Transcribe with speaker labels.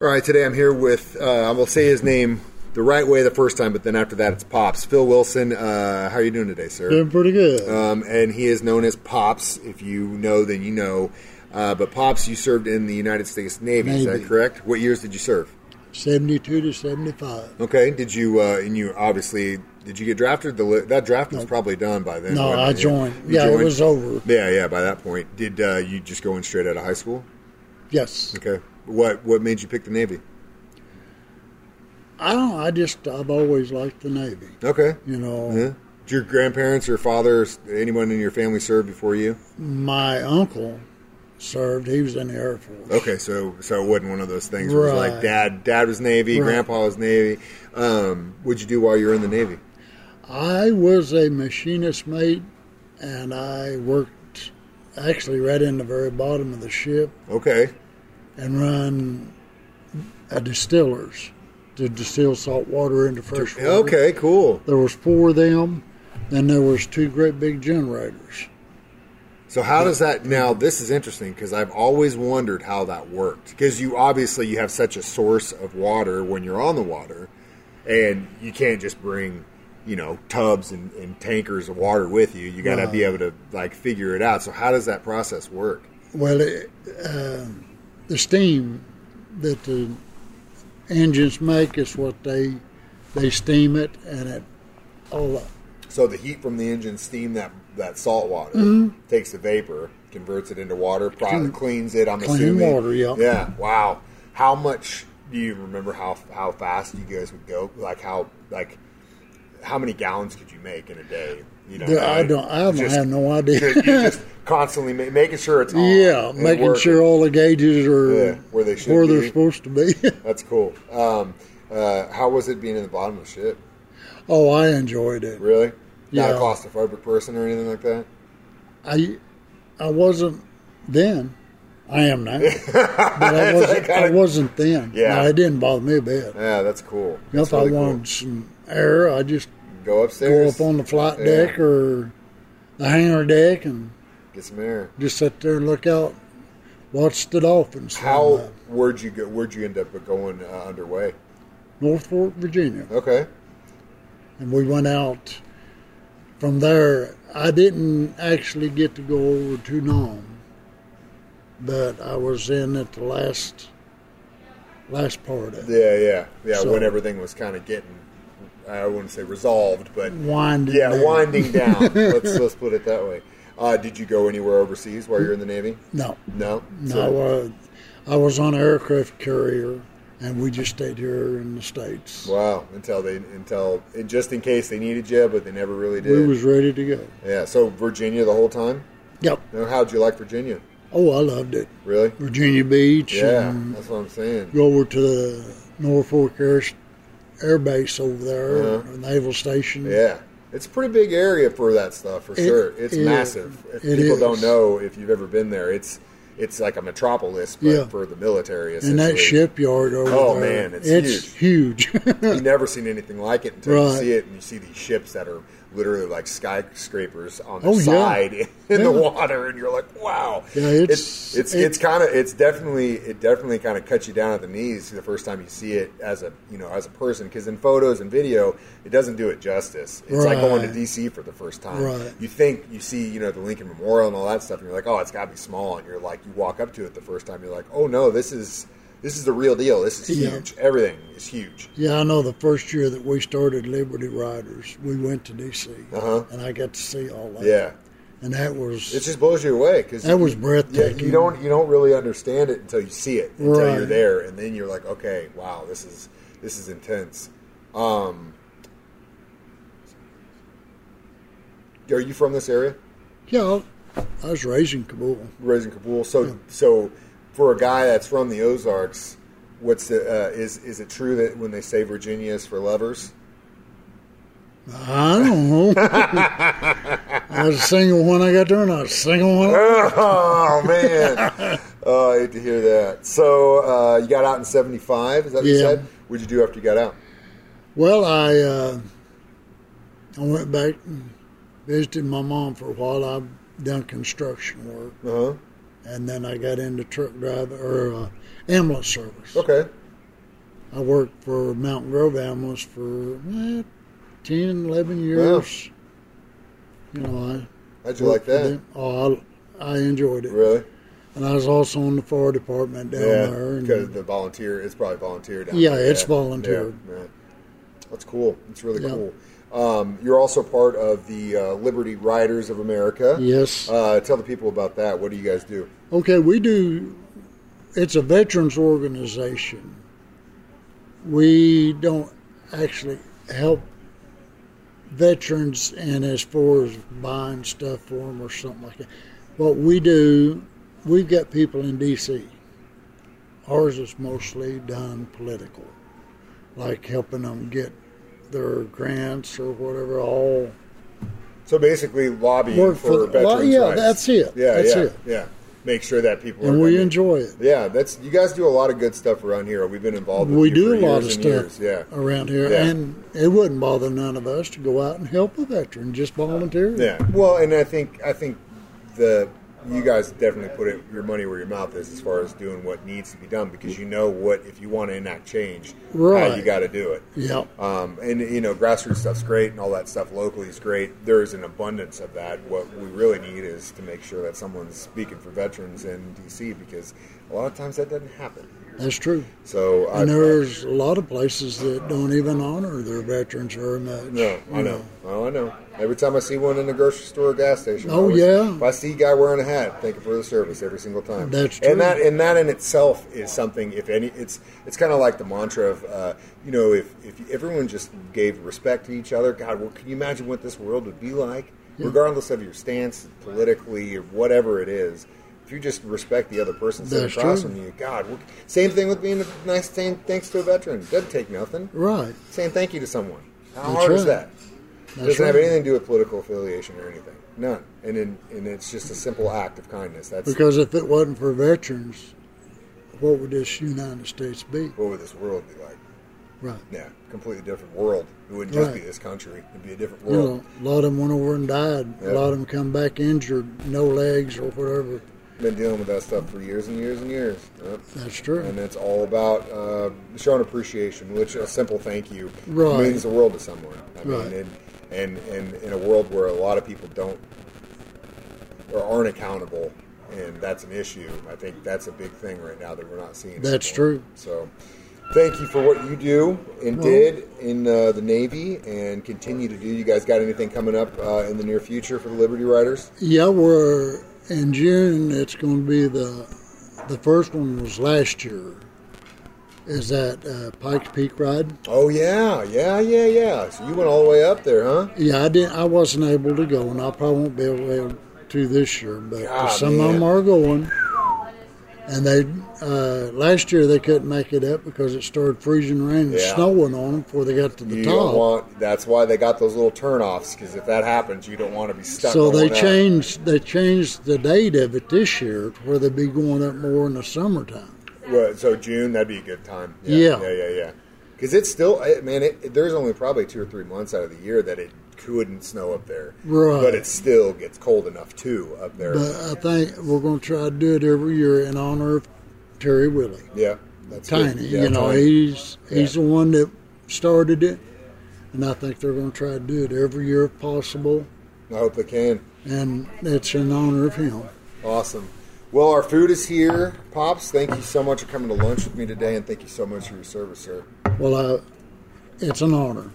Speaker 1: All right, today I'm here with, uh, I will say his name the right way the first time, but then after that it's Pops. Phil Wilson, uh, how are you doing today, sir?
Speaker 2: Doing pretty good.
Speaker 1: Um, and he is known as Pops. If you know, then you know. Uh, but Pops, you served in the United States Navy, is that
Speaker 2: Navy.
Speaker 1: correct? What years did you serve?
Speaker 2: 72 to 75.
Speaker 1: Okay, did you, uh, and you obviously, did you get drafted? The li- That draft was probably done by then.
Speaker 2: No,
Speaker 1: wasn't
Speaker 2: I
Speaker 1: it?
Speaker 2: joined.
Speaker 1: You
Speaker 2: Yeah,
Speaker 1: joined?
Speaker 2: it was uh, over.
Speaker 1: Yeah, yeah, by that point. Did uh, you just go in straight out of high school?
Speaker 2: Yes.
Speaker 1: Okay. What, what made you pick the Navy?
Speaker 2: I don't know. I just, I've always liked the Navy.
Speaker 1: Okay.
Speaker 2: You know,
Speaker 1: Yeah. Did your grandparents or fathers, anyone in your family serve before you?
Speaker 2: my uncle served. He was in the Air Force.
Speaker 1: Okay, so so it wasn't one of those things where it was like
Speaker 2: Right.
Speaker 1: dad dad was Navy,
Speaker 2: Right.
Speaker 1: grandpa was Navy. Um, what'd you do while you were in the Navy?
Speaker 2: I was a machinist mate and I worked actually right in the very bottom of the ship
Speaker 1: Okay.
Speaker 2: and run a distillers to distill salt water into fresh water.
Speaker 1: Okay, cool.
Speaker 2: There was four of them. Then there was two great big generators.
Speaker 1: So how does that now this is interesting because I've always wondered how that worked because you obviously you have such a source of water when you're on the water and you can't just bring you know tubs and, and tankers of water with you you got to be able to like figure it out so how does that process work
Speaker 2: Well, it, uh, the steam that the engines make is what they they steam it, and it all that.
Speaker 1: so the heat from the engine steam that that salt water takes the vapor converts it into water probably cleans it I'm
Speaker 2: Clean
Speaker 1: assuming
Speaker 2: water, yeah.
Speaker 1: yeah wow how much do you remember how how fast you guys would go like how like how many gallons could you make in a day you know
Speaker 2: The- I don't. I don't
Speaker 1: Just-
Speaker 2: have no idea.
Speaker 1: you just constantly ma- making sure it's on
Speaker 2: yeah,
Speaker 1: and
Speaker 2: making
Speaker 1: working.
Speaker 2: sure all the gauges are
Speaker 1: Yeah, where they should
Speaker 2: where they're
Speaker 1: be.
Speaker 2: supposed to be.
Speaker 1: that's cool um, uh, how was it being in the bottom of the ship
Speaker 2: oh, I enjoyed it.
Speaker 1: really not a
Speaker 2: Yeah.
Speaker 1: claustrophobic person or anything like that
Speaker 2: I I wasn't then. I am now, but I wasn't. I
Speaker 1: kinda-
Speaker 2: wasn't then.
Speaker 1: Yeah.
Speaker 2: No, it didn't bother me a bit.
Speaker 1: yeah that's cool
Speaker 2: If
Speaker 1: That's
Speaker 2: I
Speaker 1: really cool.
Speaker 2: wanted some air, I just
Speaker 1: go
Speaker 2: go
Speaker 1: upstairs
Speaker 2: up on the flight
Speaker 1: Yeah.
Speaker 2: deck or the hangar deck and
Speaker 1: Get some air.
Speaker 2: just sit there and look out, watch the dolphins. fly by.
Speaker 1: How where'd you go? Where'd you end up going uh, underway?
Speaker 2: North Fork, Virginia,
Speaker 1: Okay,
Speaker 2: and we went out from there. I didn't actually get to go over to Nome, but I was in at the last last part of it.
Speaker 1: yeah, yeah, yeah.
Speaker 2: So-
Speaker 1: when everything was kind of getting, I wouldn't say resolved, but
Speaker 2: Mm-hmm. Winding
Speaker 1: yeah,
Speaker 2: down.
Speaker 1: winding down. let's let's put it that way. Uh, did you go anywhere overseas while you're in the Navy?
Speaker 2: No,
Speaker 1: No,
Speaker 2: no,
Speaker 1: So-
Speaker 2: uh, I was on an aircraft carrier, and we just stayed here in the states.
Speaker 1: wow, until they until just in case they needed you, but they never really
Speaker 2: We
Speaker 1: did.
Speaker 2: was ready to go.
Speaker 1: yeah, so Virginia the whole time.
Speaker 2: Yep.
Speaker 1: Now, how'd you like Virginia?
Speaker 2: Oh, I loved it.
Speaker 1: Really?
Speaker 2: Virginia Beach
Speaker 1: Yeah,
Speaker 2: and
Speaker 1: that's what I'm saying.
Speaker 2: go over to the Norfolk Air, Air Base over there,
Speaker 1: Uh-huh.
Speaker 2: the naval station.
Speaker 1: Yeah. It's a pretty big area for that stuff, for
Speaker 2: It
Speaker 1: sure. It's
Speaker 2: is.
Speaker 1: massive. If
Speaker 2: It
Speaker 1: people
Speaker 2: is.
Speaker 1: don't know, if you've ever been there, it's it's like a metropolis, but
Speaker 2: Yeah.
Speaker 1: for the military.
Speaker 2: And that
Speaker 1: essentially.
Speaker 2: shipyard over
Speaker 1: Oh,
Speaker 2: there,
Speaker 1: man, it's
Speaker 2: huge.
Speaker 1: You've never seen anything like it until you
Speaker 2: Right.
Speaker 1: see it, and you see these ships that are literally like skyscrapers on the
Speaker 2: Oh, yeah.
Speaker 1: side in the
Speaker 2: Yeah.
Speaker 1: water, and you're like, wow.
Speaker 2: Yeah,
Speaker 1: it's
Speaker 2: it's-
Speaker 1: it's,
Speaker 2: it-
Speaker 1: it's kind of it's definitely it definitely kind of cuts you down at the knees the first time you see it as a you know as a person because in photos and video it doesn't do it justice. It's like going to
Speaker 2: Right.
Speaker 1: DC for the first time.
Speaker 2: Right.
Speaker 1: You think you see you know the Lincoln Memorial and all that stuff, and you're like, oh, it's got to be small. And you're like, you walk up to it the first time, you're like, oh no, this is this is the real deal. This is
Speaker 2: Yeah.
Speaker 1: huge. Everything is huge.
Speaker 2: yeah, I know the first year that we started Liberty Riders, we went to D.C.,
Speaker 1: Uh-huh.
Speaker 2: and I got to see all that.
Speaker 1: Yeah.
Speaker 2: And that was,
Speaker 1: It just blows you away because
Speaker 2: that was
Speaker 1: yeah,
Speaker 2: breathtaking.
Speaker 1: you don't you don't really understand it until you see it until
Speaker 2: Right.
Speaker 1: you're there, and then you're like, okay, wow, this is this is intense. Um, are you from this area,
Speaker 2: Yeah, I was raising Kabul.
Speaker 1: raising Kabul? So so for a guy that's from the Ozarks, what's the uh, is is it true that when they say Virginia is for lovers?
Speaker 2: I don't know. I was single when I got there, and I was single when I
Speaker 1: Oh man, oh, I hate to hear that. So uh, you got out in '75, is that what you
Speaker 2: Yeah.
Speaker 1: said? What'd you do after you got out?
Speaker 2: Well, I uh, I went back and visited my mom for a while. I've done construction work,
Speaker 1: Uh huh.
Speaker 2: and then I got into truck driver or uh, ambulance service.
Speaker 1: Okay.
Speaker 2: I worked for Mountain Grove Animals for eh, 10, 11 years. You know, I
Speaker 1: How'd you like
Speaker 2: worked for
Speaker 1: that?
Speaker 2: them. Oh, I, I enjoyed it.
Speaker 1: Really?
Speaker 2: And I was also in the fire department down there. and-
Speaker 1: because the volunteer, it's probably volunteer down
Speaker 2: Yeah,
Speaker 1: there.
Speaker 2: it's volunteer.
Speaker 1: Yeah, right. That's cool. It's really
Speaker 2: Yeah.
Speaker 1: cool. Um, you're also part of the uh, Liberty Riders of America.
Speaker 2: Yes.
Speaker 1: Uh, tell the people about that. What do you guys do?
Speaker 2: Okay, we do, it's a veterans organization. We don't actually help veterans and as far as buying stuff for them or something like that. What we do, we've got people in D.C. Ours is mostly done political, like helping them get their grants or whatever, all
Speaker 1: So basically, lobbying
Speaker 2: Work
Speaker 1: for,
Speaker 2: for the-
Speaker 1: veterans.
Speaker 2: well, yeah,
Speaker 1: rights.
Speaker 2: that's it.
Speaker 1: Yeah,
Speaker 2: That's
Speaker 1: yeah,
Speaker 2: it.
Speaker 1: yeah. Make sure that people are.
Speaker 2: and we
Speaker 1: I mean,
Speaker 2: enjoy it.
Speaker 1: Yeah, that's you guys do a lot of good stuff around here. We've been involved. With
Speaker 2: we
Speaker 1: you
Speaker 2: do
Speaker 1: for
Speaker 2: a lot of
Speaker 1: years
Speaker 2: stuff
Speaker 1: and Years. Yeah,
Speaker 2: around here,
Speaker 1: Yeah.
Speaker 2: and it wouldn't bother none of us to go out and help a veteran, just volunteer.
Speaker 1: yeah. Well, and I think I think the you guys definitely put it, your money where your mouth is as far as doing what needs to be done because you know what if you want to enact change, how you
Speaker 2: Right.
Speaker 1: got to do it.
Speaker 2: yeah,
Speaker 1: Um, and you know, grassroots stuff's great, and all that stuff locally is great. There is an abundance of that. What we really need is to make sure that someone's speaking for veterans in DC because a lot of times that doesn't happen.
Speaker 2: that's true.
Speaker 1: So I,
Speaker 2: And there's a lot of places that don't even honor their veterans very much.
Speaker 1: no, I
Speaker 2: you
Speaker 1: know, oh, I know. Every time I see one in the grocery store or gas station, I
Speaker 2: Oh,
Speaker 1: always-
Speaker 2: yeah.
Speaker 1: If I see a guy wearing a hat, thank you for the service every single time.
Speaker 2: That's true.
Speaker 1: And that and that in itself is something. If any, it's it's kind of like the mantra of uh, you know if if everyone just gave respect to each other, God, well, can you imagine what this world would be like? Regardless of your stance politically or whatever it is. If you just respect the other person sitting
Speaker 2: That's
Speaker 1: across
Speaker 2: true.
Speaker 1: from you, God, well, same thing with being a nice thing, thanks to a veteran. Doesn't take nothing
Speaker 2: Right.
Speaker 1: saying thank you to someone. How
Speaker 2: That's
Speaker 1: hard is
Speaker 2: right.
Speaker 1: that?
Speaker 2: That's
Speaker 1: Doesn't have
Speaker 2: right.
Speaker 1: anything to do with political affiliation or anything. None. And in, and it's just a simple act of kindness. That's
Speaker 2: Because if it wasn't for veterans, what would this United States be?
Speaker 1: what would this world be like?
Speaker 2: Right.
Speaker 1: Yeah, completely different world. It wouldn't just be
Speaker 2: Right.
Speaker 1: this country. It'd be a different
Speaker 2: You
Speaker 1: world.
Speaker 2: know, a lot of them went over and died.
Speaker 1: Yeah.
Speaker 2: A lot of them come back injured, no legs or whatever.
Speaker 1: Been dealing with that stuff for years and years and years. Yep.
Speaker 2: That's true.
Speaker 1: And it's all about uh, showing appreciation, which a simple thank you
Speaker 2: Right.
Speaker 1: means the world to someone. I
Speaker 2: Right.
Speaker 1: mean, and, and, and in a world where a lot of people don't or aren't accountable, and that's an issue, I think that's a big thing right now that we're not seeing.
Speaker 2: That's
Speaker 1: anymore.
Speaker 2: true.
Speaker 1: So thank you for what you do and
Speaker 2: Well-
Speaker 1: did in uh, the Navy and continue to do. You guys got anything coming up uh, in the near future for the Liberty Riders?
Speaker 2: Yeah, we're in June. It's going to be the the first one was last year. Is that uh, Pikes Peak ride?
Speaker 1: Oh, yeah, yeah, yeah, yeah. So you went all the way up there, huh?
Speaker 2: Yeah, I didn't. I wasn't able to go, and I probably won't be able to this year. But
Speaker 1: God,
Speaker 2: some of
Speaker 1: man.
Speaker 2: them are going. And they uh, last year they couldn't make it up because it started freezing rain and
Speaker 1: Yeah.
Speaker 2: snowing on them before they got to the
Speaker 1: You
Speaker 2: top.
Speaker 1: don't want. That's why they got those little turnoffs because if that happens, you don't want to be stuck.
Speaker 2: so they
Speaker 1: going up.
Speaker 2: changed they changed the date of it this year to where they'd be going up more in the summertime.
Speaker 1: Well, so June, that'd be a good time.
Speaker 2: Yeah.
Speaker 1: yeah, yeah, yeah. Because it's still, I- man. It, there's only probably two or three months out of the year that it couldn't snow up there,
Speaker 2: Right.
Speaker 1: But it still gets cold enough too up there.
Speaker 2: But I think we're going to try to do it every year in honor of Terry Willie.
Speaker 1: yeah, that's good.
Speaker 2: Tiny,
Speaker 1: Yeah,
Speaker 2: you know,
Speaker 1: tiny.
Speaker 2: he's he's
Speaker 1: Yeah.
Speaker 2: the one that started it, and I think they're going to try to do it every year if possible,
Speaker 1: I hope they can.
Speaker 2: and it's in honor of him.
Speaker 1: Awesome. Well, our food is here, pops. Thank you so much for coming to lunch with me today, and thank you so much for your service, sir.
Speaker 2: Well, I, it's an honor.